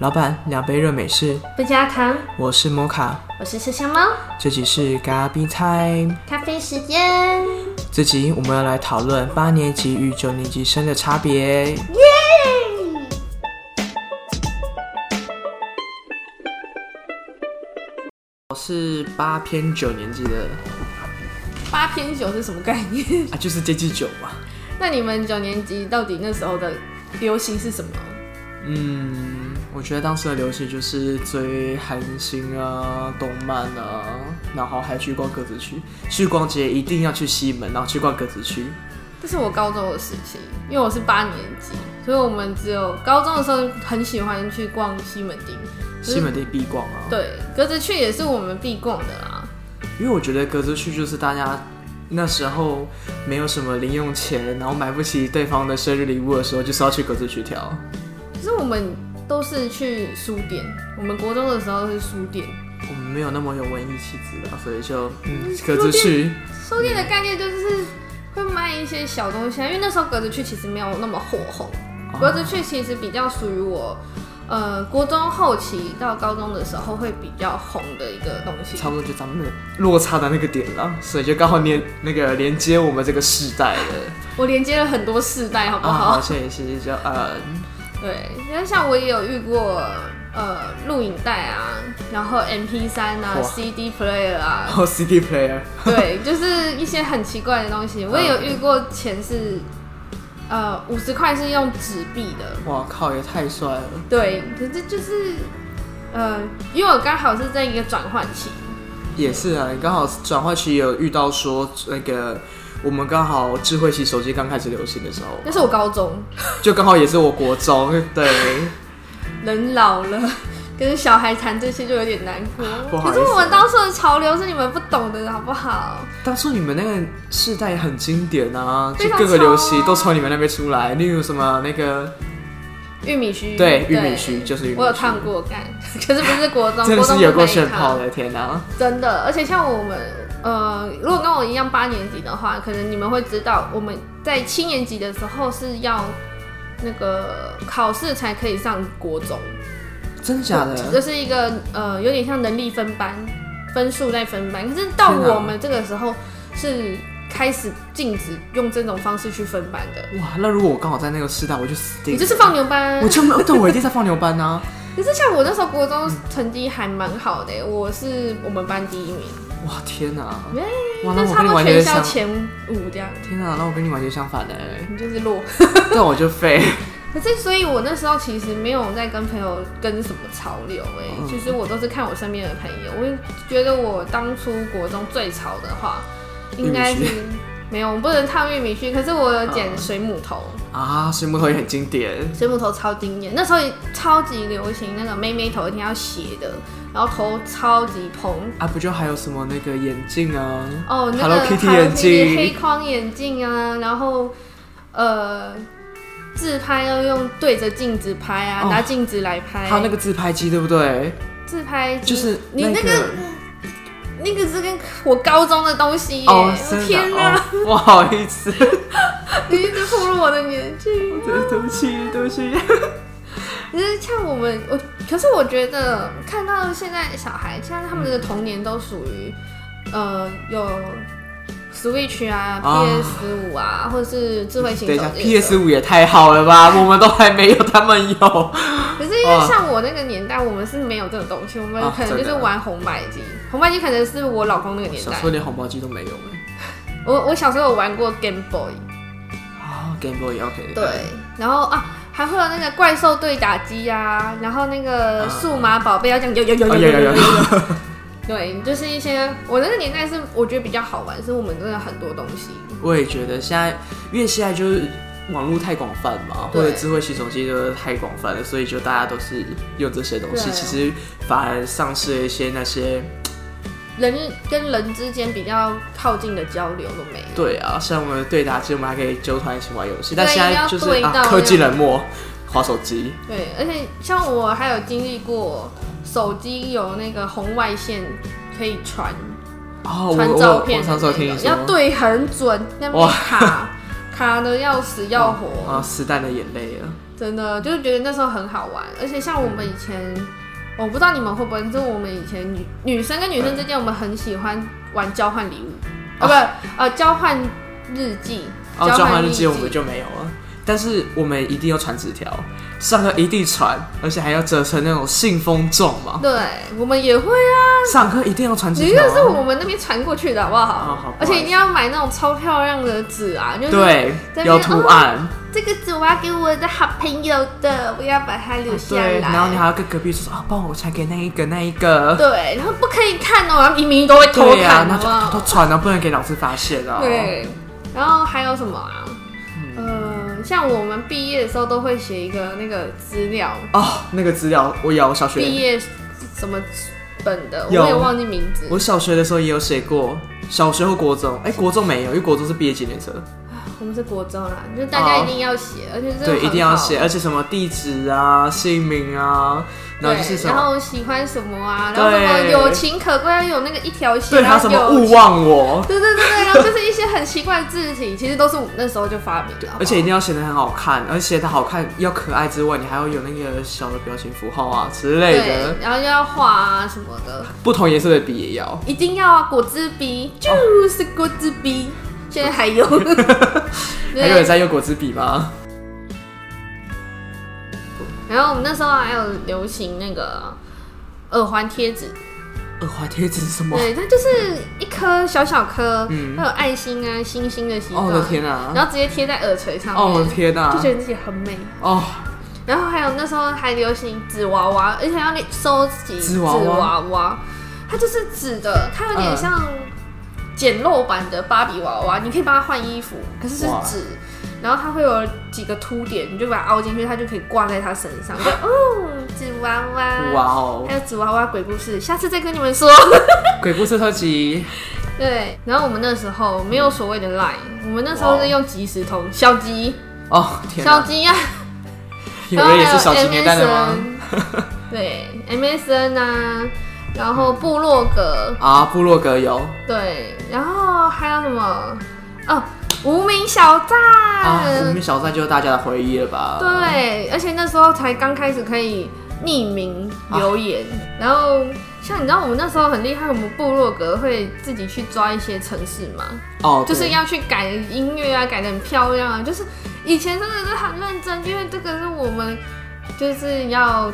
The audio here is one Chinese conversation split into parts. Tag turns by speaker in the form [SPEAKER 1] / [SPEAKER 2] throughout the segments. [SPEAKER 1] 老板，两杯热美式。
[SPEAKER 2] 不加糖，
[SPEAKER 1] 我是摩卡，
[SPEAKER 2] 我是麝香猫，
[SPEAKER 1] 这集是 Gabi Time。
[SPEAKER 2] 咖啡时间，
[SPEAKER 1] 这集我们要来讨论八年级与九年级生的差别。
[SPEAKER 2] 耶！
[SPEAKER 1] 我是八偏九年级的
[SPEAKER 2] 八偏九是什么概念？
[SPEAKER 1] 啊，就是这季九嘛。
[SPEAKER 2] 那你们九年级到底那时候的流行是什么？
[SPEAKER 1] 嗯，我觉得当时的流行就是追韩星啊、动漫啊，然后还去逛格子区。去逛街一定要去西门，然后去逛格子区。
[SPEAKER 2] 这是我高中的事情，因为我是八年级，所以我们只有高中的时候很喜欢去逛西门町。可是
[SPEAKER 1] 西门町必逛啊。
[SPEAKER 2] 对，格子去也是我们必逛的啦。
[SPEAKER 1] 因为我觉得格子去就是大家那时候没有什么零用钱，然后买不起对方的生日礼物的时候，就是要去格子去挑。
[SPEAKER 2] 可是我们都是去书店，我们国中的时候是书店。
[SPEAKER 1] 我们没有那么有文艺气质啊啦，所以就嗯，格子去
[SPEAKER 2] 书店的概念就是会卖一些小东西啊，因为那时候格子去其实没有那么火红，
[SPEAKER 1] 哦
[SPEAKER 2] 格子去其实比较属于我，呃，国中后期到高中的时候会比较红的一个东西。
[SPEAKER 1] 差不多就咱们的落差的那个点啦，所以就刚好连那个连接我们这个世代的啊
[SPEAKER 2] 我连接了很多世代，好不啊好？
[SPEAKER 1] 好像也是叫呃，
[SPEAKER 2] 对，因为像我也有遇过。呃，录影带啊，然后 M P 三啊
[SPEAKER 1] 哇
[SPEAKER 2] ，CD player 啊
[SPEAKER 1] 然， 后 CD player
[SPEAKER 2] 对，就是一些很奇怪的东
[SPEAKER 1] 嗯
[SPEAKER 2] 西。我也有遇过钱是，呃，五十块是用纸币的，
[SPEAKER 1] 哇靠，也太帅了！
[SPEAKER 2] 对，可是就是，呃，因为我刚好是在一个转换期，
[SPEAKER 1] 也是啊，你刚好转换期有遇到说那个我们刚好智慧型手机刚开始流行的时候，
[SPEAKER 2] 那是我高中，
[SPEAKER 1] 就刚好也是我国 中，对，
[SPEAKER 2] 人老了，跟小孩谈这些就有点难 过。
[SPEAKER 1] 不好
[SPEAKER 2] 可
[SPEAKER 1] 意
[SPEAKER 2] 是
[SPEAKER 1] 思
[SPEAKER 2] 我们当时的潮流是你们不懂的，好不好？
[SPEAKER 1] 当初你们那个世代很经典啊，
[SPEAKER 2] 非
[SPEAKER 1] 就
[SPEAKER 2] 常
[SPEAKER 1] 各个流
[SPEAKER 2] 潮
[SPEAKER 1] 行
[SPEAKER 2] 啊
[SPEAKER 1] 都从你们那边出来，例如什么那个
[SPEAKER 2] 玉米须，
[SPEAKER 1] 对玉米须就是玉米须
[SPEAKER 2] 我有烫过干，可是不是国 中，
[SPEAKER 1] 真的
[SPEAKER 2] 国中
[SPEAKER 1] 是有
[SPEAKER 2] 不
[SPEAKER 1] 够
[SPEAKER 2] 可以
[SPEAKER 1] 炫
[SPEAKER 2] 烫
[SPEAKER 1] 炮的，天哪、
[SPEAKER 2] 真的。而且像我们，呃，如果跟我一样八年级的话，可能你们会知道，我们在七年级的时候是要那个考试才可以上国中。
[SPEAKER 1] 真的假
[SPEAKER 2] 这
[SPEAKER 1] 的？
[SPEAKER 2] 是一个呃，有点像能力分班，分数在分班。可是到
[SPEAKER 1] 天哪
[SPEAKER 2] 我们这个时候是开始禁止用这种方式去分班的，
[SPEAKER 1] 哇，那如果我刚好在那个世代，我就死定
[SPEAKER 2] 你
[SPEAKER 1] 了。
[SPEAKER 2] 就是放牛班
[SPEAKER 1] 我。就没有，对，我一定在放牛班啊！
[SPEAKER 2] 可是像我那时候国中成绩还蛮好的、我是我们班第一名，
[SPEAKER 1] 哇，天哪、
[SPEAKER 2] 耶
[SPEAKER 1] 哇，那
[SPEAKER 2] 就
[SPEAKER 1] 哦我
[SPEAKER 2] 差
[SPEAKER 1] 跟
[SPEAKER 2] 不
[SPEAKER 1] 你
[SPEAKER 2] 多
[SPEAKER 1] 完
[SPEAKER 2] 全
[SPEAKER 1] 全
[SPEAKER 2] 校
[SPEAKER 1] 相，
[SPEAKER 2] 前五这样，
[SPEAKER 1] 天哪、那我跟你完全相反的、
[SPEAKER 2] 你就是弱。
[SPEAKER 1] 那我就废。
[SPEAKER 2] 可是所以，我那时候其实没有在跟朋友跟什么潮流、哎、
[SPEAKER 1] 嗯
[SPEAKER 2] 其实我都是看我身边的朋友。我觉得我当初国中最潮的话，应该
[SPEAKER 1] 玉
[SPEAKER 2] 是
[SPEAKER 1] 米嗯
[SPEAKER 2] 没有，我不能烫玉米须，可是我有剪水母头，
[SPEAKER 1] 啊，水木头也很经典，
[SPEAKER 2] 水母头超经典，那时候也超级流行那个妹妹头一定要斜的，然后头超级蓬。
[SPEAKER 1] 啊，不就还有什么那个眼镜啊？
[SPEAKER 2] 哦，那个
[SPEAKER 1] Hello Kitty
[SPEAKER 2] Hello
[SPEAKER 1] 眼镜
[SPEAKER 2] 黑框眼镜啊，然后呃，自拍要用对着镜子拍啊，
[SPEAKER 1] 哦
[SPEAKER 2] 拿镜子来拍。
[SPEAKER 1] 还有那个自拍机，对不对？
[SPEAKER 2] 自拍机，
[SPEAKER 1] 就是
[SPEAKER 2] 你那
[SPEAKER 1] 那
[SPEAKER 2] 个
[SPEAKER 1] 个
[SPEAKER 2] 那个是跟我高中的东西耶！
[SPEAKER 1] 哦，
[SPEAKER 2] 我
[SPEAKER 1] 真的
[SPEAKER 2] 天啊哪，
[SPEAKER 1] 哦，不好意思，
[SPEAKER 2] 你一直暴露我的年纪。
[SPEAKER 1] 对对不起，对不起。
[SPEAKER 2] 可是像我们，我可是我觉得看到现在的小孩，现在他们的童年都属于呃有 Switch 啊、
[SPEAKER 1] 啊
[SPEAKER 2] PS 五啊，或者是智慧型
[SPEAKER 1] 等一
[SPEAKER 2] 手
[SPEAKER 1] 下
[SPEAKER 2] 机。
[SPEAKER 1] ，PS 五也太好了吧？我们都还没有，他们有。
[SPEAKER 2] 可是因为
[SPEAKER 1] 啊
[SPEAKER 2] 像我那个年代，我们是没有这种东西，我们
[SPEAKER 1] 啊
[SPEAKER 2] 可能
[SPEAKER 1] 真
[SPEAKER 2] 就
[SPEAKER 1] 的
[SPEAKER 2] 是玩红白机。红白机可能是我老公那个年
[SPEAKER 1] 小
[SPEAKER 2] 代
[SPEAKER 1] 时。候连红包机都没有哎。
[SPEAKER 2] 我我小时候有玩过 Game Boy。
[SPEAKER 1] 啊，Game Boy OK。
[SPEAKER 2] 对，然后啊，还会有那个怪兽对打机啊，然后那个
[SPEAKER 1] 啊
[SPEAKER 2] 数码宝贝要这样有有有
[SPEAKER 1] 哦，有
[SPEAKER 2] 有
[SPEAKER 1] 有有
[SPEAKER 2] 有
[SPEAKER 1] 有。
[SPEAKER 2] 对，就是一些我那个年代是我觉得比较好玩，是我们真的很多东西。
[SPEAKER 1] 我也觉得现在，因为现在就是网络太广泛嘛，
[SPEAKER 2] 对
[SPEAKER 1] 或者智慧型手机都太广泛了，所以就大家都是用这些东西，
[SPEAKER 2] 对啊
[SPEAKER 1] 其实反而丧失了一些那些。
[SPEAKER 2] 人跟人之间比较靠近的交流都没有。
[SPEAKER 1] 对啊，像我们的对打机，我们还可以纠团一起玩游戏，但
[SPEAKER 2] 对
[SPEAKER 1] 现在就是
[SPEAKER 2] 要对到
[SPEAKER 1] 啊，科技冷漠，滑手机。
[SPEAKER 2] 对，而且像我还有经历过手机有那个红外线可以传
[SPEAKER 1] 哦，我
[SPEAKER 2] 传
[SPEAKER 1] 我
[SPEAKER 2] 照
[SPEAKER 1] 我
[SPEAKER 2] 片
[SPEAKER 1] 我
[SPEAKER 2] 的
[SPEAKER 1] 上
[SPEAKER 2] 那
[SPEAKER 1] 次有
[SPEAKER 2] 种，
[SPEAKER 1] 听你说
[SPEAKER 2] 要对很准，那边
[SPEAKER 1] 哇
[SPEAKER 2] 卡卡的要死要活，
[SPEAKER 1] 啊，时代的眼泪啊了。
[SPEAKER 2] 真的就是觉得那时候很好玩，而且像我们以前，我不知道你们会不会，就是我们以前女女生跟女生之间，我们很喜欢玩交换礼物，啊不呃交换日记，
[SPEAKER 1] 哦，交换日记
[SPEAKER 2] 交
[SPEAKER 1] 我们就没有了，但是我们一定要传纸条，上课一定传，而且还要折成那种信封状嘛。
[SPEAKER 2] 对，我们也会啊，
[SPEAKER 1] 上课一定要传纸
[SPEAKER 2] 你
[SPEAKER 1] 条
[SPEAKER 2] 那
[SPEAKER 1] 啊、
[SPEAKER 2] 个是我们那边传过去的好不好？
[SPEAKER 1] 哦好不好意思
[SPEAKER 2] 而且一定要买那种超漂亮的纸啊，就是
[SPEAKER 1] 对
[SPEAKER 2] 在那，边
[SPEAKER 1] 有
[SPEAKER 2] 哦
[SPEAKER 1] 图案，
[SPEAKER 2] 这个纸我要给我的好朋友的，我要把它留下来。
[SPEAKER 1] 哦对，然后你还要跟隔壁说啊，帮我传给那一个那一个，
[SPEAKER 2] 对，然后不可以看哦，然后明明都会偷
[SPEAKER 1] 对啊
[SPEAKER 2] 看，，
[SPEAKER 1] 那
[SPEAKER 2] 好
[SPEAKER 1] 就
[SPEAKER 2] 不好
[SPEAKER 1] 偷偷传啊，不能给老师发现啊。，
[SPEAKER 2] 对，然后还有什么啊？
[SPEAKER 1] 嗯
[SPEAKER 2] 呃，像我们毕业的时候都会写一个那个资料，
[SPEAKER 1] 哦，那个资料我有，我小
[SPEAKER 2] 毕
[SPEAKER 1] 学
[SPEAKER 2] 业什么本的，
[SPEAKER 1] 有
[SPEAKER 2] 我也忘记名字。
[SPEAKER 1] 我小学的时候也有写过，小学或国中，哎、国中没有，因为国中是毕业纪念册，
[SPEAKER 2] 我们是国中啦，就是大家一定要写，而且这个
[SPEAKER 1] 哦对，
[SPEAKER 2] 很
[SPEAKER 1] 一定要
[SPEAKER 2] 好
[SPEAKER 1] 写，而且什么地址啊、姓名啊，然后就是
[SPEAKER 2] 对，
[SPEAKER 1] 什
[SPEAKER 2] 然
[SPEAKER 1] 么，
[SPEAKER 2] 后喜欢什么啊，然后什么
[SPEAKER 1] 对
[SPEAKER 2] 友情可贵，要有那个一条线，
[SPEAKER 1] 对，还
[SPEAKER 2] 然
[SPEAKER 1] 有什
[SPEAKER 2] 后
[SPEAKER 1] 么
[SPEAKER 2] 有
[SPEAKER 1] 勿忘我，
[SPEAKER 2] 对对对对，然后就是一些很奇怪的字体，其实都是我们那时候就 发明的，好不好
[SPEAKER 1] 而且一定要写的很好看，而且它好看要可爱之外，你还要有那个小的表情符号啊之类的
[SPEAKER 2] 对，，然后又要画啊什么的，
[SPEAKER 1] 不同颜色的笔也要。
[SPEAKER 2] 一定要啊，果汁笔就是果汁笔，现在 还有，
[SPEAKER 1] 还有人
[SPEAKER 2] 对。
[SPEAKER 1] 在用果汁笔吗？
[SPEAKER 2] 然后我们那时候还有流行那个耳环贴纸，
[SPEAKER 1] 耳环贴纸是什么？
[SPEAKER 2] 对，它就是一颗小小颗，
[SPEAKER 1] 嗯
[SPEAKER 2] 它有爱心啊、星星的形
[SPEAKER 1] 哦
[SPEAKER 2] 状，
[SPEAKER 1] 我的天啊！
[SPEAKER 2] 然后直接贴在耳垂上面，
[SPEAKER 1] 哦我的天哪、
[SPEAKER 2] 就觉得自己很美。
[SPEAKER 1] 哦，
[SPEAKER 2] 然后还有那时候还流行纸娃娃，而且要收集
[SPEAKER 1] 纸娃娃
[SPEAKER 2] 娃它就是纸的，它有点
[SPEAKER 1] 嗯
[SPEAKER 2] 像简陋版的芭比娃娃，你可以帮它换衣服，可是是
[SPEAKER 1] 哇
[SPEAKER 2] 纸。然后它会有几个凸点，你就把它凹进去，它就可以挂在它身 上。就哦，纸娃娃，
[SPEAKER 1] 哇哦
[SPEAKER 2] 还！有纸娃娃鬼故事，下次再跟你们说。
[SPEAKER 1] 鬼故事特辑，
[SPEAKER 2] 对，然后我们那时候没有所谓的 line，我们那时候
[SPEAKER 1] 哇
[SPEAKER 2] 是用即时通，小鸡，
[SPEAKER 1] 哦天
[SPEAKER 2] 小
[SPEAKER 1] 哪！
[SPEAKER 2] 鸡呀、
[SPEAKER 1] 有人也是小鸡年代的吗？
[SPEAKER 2] MSN 对，MSN 啊，然后部落格，
[SPEAKER 1] 啊，部落格有
[SPEAKER 2] 对，然后还有什么？哦，无名小站。
[SPEAKER 1] 啊，无名小站就是大家的回忆了吧？，
[SPEAKER 2] 对，而且那时候才刚开始可以匿名留言，
[SPEAKER 1] 啊
[SPEAKER 2] 然后像你知道我们那时候很厉害，我们部落格会自己去抓一些城市嘛，
[SPEAKER 1] 哦，
[SPEAKER 2] 就是
[SPEAKER 1] 对
[SPEAKER 2] 要去改音乐啊，改的很漂亮啊。就是以前真的是很认真，因为这个是我们就是要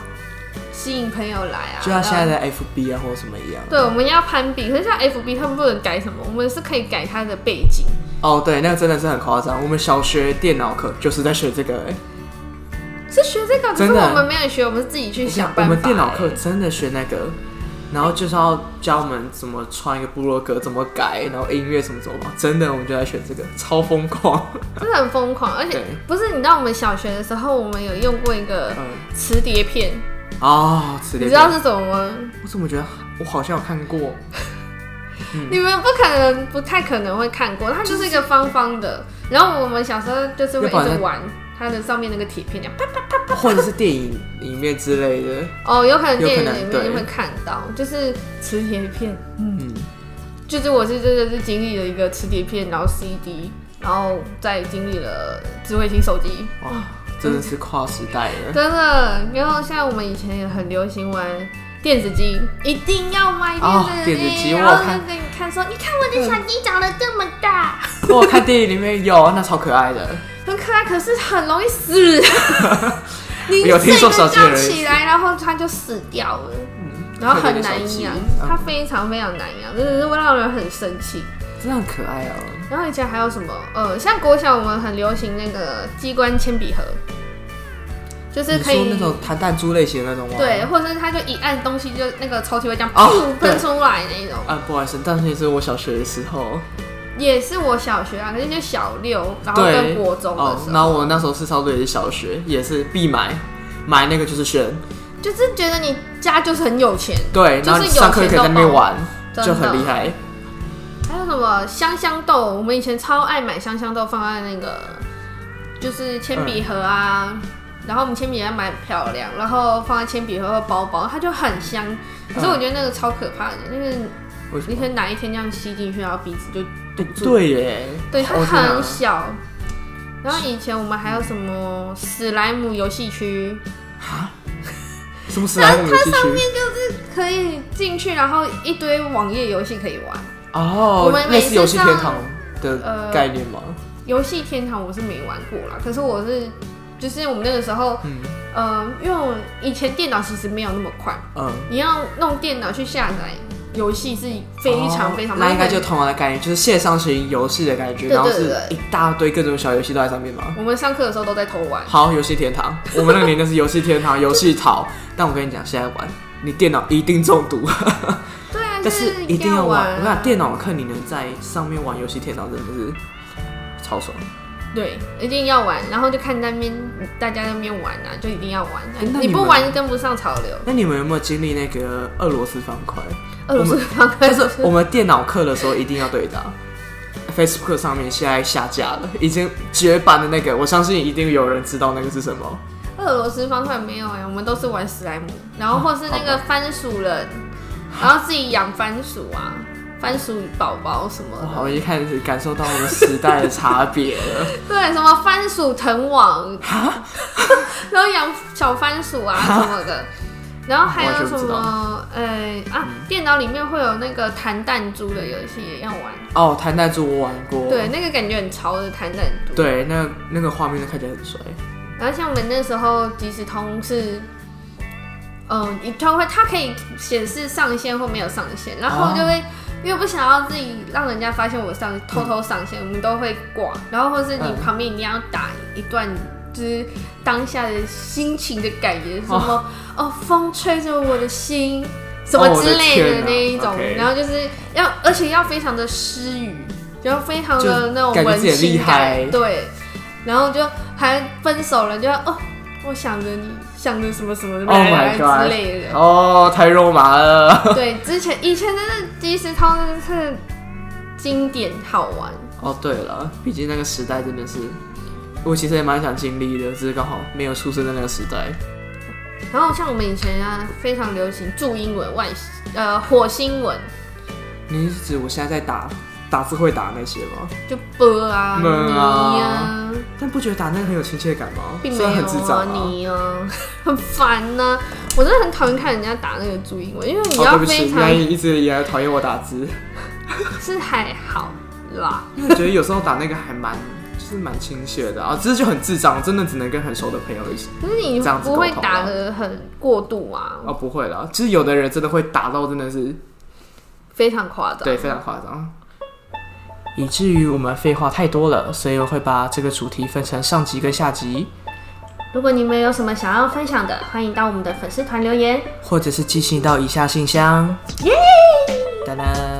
[SPEAKER 2] 吸引朋友来啊。
[SPEAKER 1] 就像现在
[SPEAKER 2] 然后
[SPEAKER 1] 的 FB 啊或者什么一样。
[SPEAKER 2] 对，我们要攀比，可是像 FB 他们不能改什么，我们是可以改它的背景。
[SPEAKER 1] 哦，对，那个真的是很夸张。我们小学电脑课就是在学这个、哎
[SPEAKER 2] 是学这个，可
[SPEAKER 1] 真
[SPEAKER 2] 是
[SPEAKER 1] 的
[SPEAKER 2] 我们没有学，我们是自己去想
[SPEAKER 1] 我
[SPEAKER 2] 办法、欸
[SPEAKER 1] 们电脑课真的学那个，然后就是要教我们怎么穿一个部落格，怎么改，然后音乐怎么走嘛。真的，我们就在学这个，超疯 狂。
[SPEAKER 2] 真的很疯狂，而且
[SPEAKER 1] 对
[SPEAKER 2] 不是你知道我们小学的时候，我们有用过一个
[SPEAKER 1] 嗯，
[SPEAKER 2] 磁碟片，
[SPEAKER 1] 啊、磁
[SPEAKER 2] 你
[SPEAKER 1] 碟
[SPEAKER 2] 知道
[SPEAKER 1] 片，
[SPEAKER 2] 是什么吗？
[SPEAKER 1] 我怎么觉得我好像有看过？嗯
[SPEAKER 2] 你们不可能，不太可能会看过，它就是一个方方的。然后我们小时候就是会一直玩它的上面那个铁片，这样啪
[SPEAKER 1] 或者是电影里面之类的。
[SPEAKER 2] 哦，有可能电影
[SPEAKER 1] 有可
[SPEAKER 2] 里
[SPEAKER 1] 能
[SPEAKER 2] 面
[SPEAKER 1] 对
[SPEAKER 2] 会看到，就是磁铁片。
[SPEAKER 1] 嗯，
[SPEAKER 2] 就是我是真的是经历了一个磁碟片，然后 CD，然后再经历了智慧型手机，
[SPEAKER 1] 哇，真的是跨时代 了。
[SPEAKER 2] 真的。然后像我们以前也很流行玩电子机，一定要买
[SPEAKER 1] 哦
[SPEAKER 2] 电
[SPEAKER 1] 电
[SPEAKER 2] 子
[SPEAKER 1] 子
[SPEAKER 2] 机，
[SPEAKER 1] 机
[SPEAKER 2] 然后
[SPEAKER 1] 我看
[SPEAKER 2] 就给你看说，你看我的小鸡长得这么大，
[SPEAKER 1] 我哦看电影里面有，那超可爱的。
[SPEAKER 2] 很可爱，可是很容 易死。你
[SPEAKER 1] 有听说
[SPEAKER 2] 睡
[SPEAKER 1] 手
[SPEAKER 2] 个
[SPEAKER 1] 机有
[SPEAKER 2] 觉
[SPEAKER 1] 人嗯
[SPEAKER 2] 起来，然后它就死掉了，然后很难
[SPEAKER 1] 啊
[SPEAKER 2] 养，它非常非常难养，真的是会让人很生气。
[SPEAKER 1] 真的很可爱哦、
[SPEAKER 2] 然后以前还有什么？呃，像国小我们很流行那个机关铅笔盒，就是
[SPEAKER 1] 你
[SPEAKER 2] 可
[SPEAKER 1] 说
[SPEAKER 2] 以
[SPEAKER 1] 那种弹弹珠类型的那种吗？
[SPEAKER 2] 对，或者是它就一按东西就那个抽屉会这样
[SPEAKER 1] 哦
[SPEAKER 2] 噗喷出来那种。
[SPEAKER 1] 啊，不好意思，但是也是我小学的时候，
[SPEAKER 2] 也是我小学啊，可是就小六，然后
[SPEAKER 1] 对，
[SPEAKER 2] 跟国中的
[SPEAKER 1] 哦
[SPEAKER 2] 时，
[SPEAKER 1] 然
[SPEAKER 2] 候，
[SPEAKER 1] 后我那时候是差不多也是小学，也是必买，买那个就是炫，
[SPEAKER 2] 就是觉得你家就是很有钱。
[SPEAKER 1] 对，
[SPEAKER 2] 就是
[SPEAKER 1] 然后你上课可以在那边玩，就很厉害。
[SPEAKER 2] 还有什么香香豆？我们以前超爱买香香豆，放在那个就是铅笔盒啊。然后我们铅笔也买很漂亮，然后放在铅笔盒和包包，它就很香。可是我觉得那个超可怕的，那个
[SPEAKER 1] 为什
[SPEAKER 2] 你
[SPEAKER 1] 么
[SPEAKER 2] 可能哪一天这样吸进去，然后鼻子就堵住。
[SPEAKER 1] 对耶，
[SPEAKER 2] 对，它
[SPEAKER 1] 我天哪
[SPEAKER 2] 很小，然后以前我们还有什么史莱姆游戏区，
[SPEAKER 1] 啊？什么史莱姆啊游戏区？
[SPEAKER 2] 可以进去，然后一堆网页游戏可以玩。
[SPEAKER 1] 哦
[SPEAKER 2] 我们，
[SPEAKER 1] 类
[SPEAKER 2] 每
[SPEAKER 1] 似
[SPEAKER 2] 次
[SPEAKER 1] 游戏天
[SPEAKER 2] 上
[SPEAKER 1] 堂的
[SPEAKER 2] 呃
[SPEAKER 1] 概念吗？
[SPEAKER 2] 游戏天堂我是没玩过啦，可是我是就是我们那个时候，
[SPEAKER 1] 嗯
[SPEAKER 2] 呃，因为我以前电脑其实没有那么快，
[SPEAKER 1] 嗯，
[SPEAKER 2] 你要弄电脑去下载游戏是非
[SPEAKER 1] 哦
[SPEAKER 2] 常非常麻
[SPEAKER 1] 那
[SPEAKER 2] 烦。
[SPEAKER 1] 应该就同样的概念，就是线上型游戏的感觉，
[SPEAKER 2] 对
[SPEAKER 1] 然后
[SPEAKER 2] 对
[SPEAKER 1] 是
[SPEAKER 2] 对
[SPEAKER 1] 一大堆各种小游戏都在上面嘛。
[SPEAKER 2] 我们上课的时候都在偷玩，
[SPEAKER 1] 好，游戏天 堂，我们那个年代是游戏天堂、游戏淘，但我跟你讲，现在玩你电脑一定中 毒，
[SPEAKER 2] 对啊，
[SPEAKER 1] 但
[SPEAKER 2] 是
[SPEAKER 1] 是一定要玩。
[SPEAKER 2] 啊
[SPEAKER 1] 我跟你讲，电脑课你能在上面玩游戏天堂，真的是超爽。
[SPEAKER 2] 对，一定要玩，然后就看那边大家那边玩啊，就一定要玩、
[SPEAKER 1] 哎那
[SPEAKER 2] 你
[SPEAKER 1] 你
[SPEAKER 2] 不
[SPEAKER 1] 们
[SPEAKER 2] 玩就跟不上潮流。
[SPEAKER 1] 那你们有没有经历那个俄罗斯方 块？
[SPEAKER 2] 俄罗斯方块
[SPEAKER 1] 但是我们电脑课的时候一定要对答。Facebook 上面现在下架了，已经绝版的那个，我相信一定有人知道那个是什么。
[SPEAKER 2] 俄罗斯方块没有哎、我们都是玩史莱姆，然后或是那个番薯人，然后自己养番薯啊，番薯宝宝什么的，
[SPEAKER 1] 哇，我一开始感受到我们时代的差别 了。
[SPEAKER 2] 对，什么番薯藤网， 然后养小番薯啊什么的，然后还有什
[SPEAKER 1] 完全不知嗯
[SPEAKER 2] 么呃啊，电脑里面会有那个弹弹珠的游戏也要玩，
[SPEAKER 1] 哦，弹弹珠我玩过，
[SPEAKER 2] 对，那个感觉很潮的弹弹珠。
[SPEAKER 1] 对，那那个画面看起来很帅。
[SPEAKER 2] 然后像我们那时候即时通是，嗯，你它会它可以显示上线或没有上线，然后我
[SPEAKER 1] 哦
[SPEAKER 2] 就会、因为不想要自己让人家发现我上偷偷上线，我们都会挂，然后或是你
[SPEAKER 1] 嗯
[SPEAKER 2] 旁边一定要打一段。就是当下的心情的感觉，什么哦风吹着我的心，什么
[SPEAKER 1] 哦我的
[SPEAKER 2] 之类
[SPEAKER 1] 天
[SPEAKER 2] 的
[SPEAKER 1] 哪
[SPEAKER 2] 那一种，
[SPEAKER 1] OK
[SPEAKER 2] 然后就是要，而且要非常的诗语，然后非常的
[SPEAKER 1] 就
[SPEAKER 2] 那种
[SPEAKER 1] 感觉
[SPEAKER 2] 文
[SPEAKER 1] 自己很厉
[SPEAKER 2] 青
[SPEAKER 1] 害
[SPEAKER 2] 感，对，然后就还分手了，就要哦，我想着你，想着什么什么
[SPEAKER 1] Oh my
[SPEAKER 2] 之类的。
[SPEAKER 1] 哦，太肉麻了。
[SPEAKER 2] 对，之前以前真的即时通真的是经典好玩，
[SPEAKER 1] 哦，对了，毕竟那个时代真的是，我其实也蛮想经历的，只是刚好没有出生在那个时代。
[SPEAKER 2] 然后像我们以前啊，非常流行注英文、外呃火星文，
[SPEAKER 1] 你是指我现在在打打字会打那些吗？
[SPEAKER 2] 就波啊、
[SPEAKER 1] 嗯啊
[SPEAKER 2] 你啊，
[SPEAKER 1] 但不觉得打那个很有亲切感吗？
[SPEAKER 2] 并没
[SPEAKER 1] 虽
[SPEAKER 2] 有
[SPEAKER 1] 然很智障
[SPEAKER 2] 啊、
[SPEAKER 1] 啊。
[SPEAKER 2] 你啊， 很烦呐、我真的很讨厌看人家打那个注英文，因为你
[SPEAKER 1] 哦，
[SPEAKER 2] 要
[SPEAKER 1] 对不
[SPEAKER 2] 非
[SPEAKER 1] 起，
[SPEAKER 2] 常、
[SPEAKER 1] 那你一直以来讨厌我打 字，
[SPEAKER 2] 是还好啦。
[SPEAKER 1] 因为我觉得有时候打那个还蛮，就是蛮亲切的啊，只是就很智障，真的只能跟很熟的朋友一起。
[SPEAKER 2] 可是你
[SPEAKER 1] 这样子
[SPEAKER 2] 不会
[SPEAKER 1] 沟通吗
[SPEAKER 2] 打的很过度啊，
[SPEAKER 1] 哦，不会啦，其实有的人真的会打到真的是
[SPEAKER 2] 非常夸张。
[SPEAKER 1] 对，非常夸张。以至于我们废话太多了，所以我会把这个主题分成上集跟下集，
[SPEAKER 2] 如果你们有什么想要分享的，欢迎到我们的粉丝团留言。
[SPEAKER 1] 或者是寄信到以下信箱。耶！当当。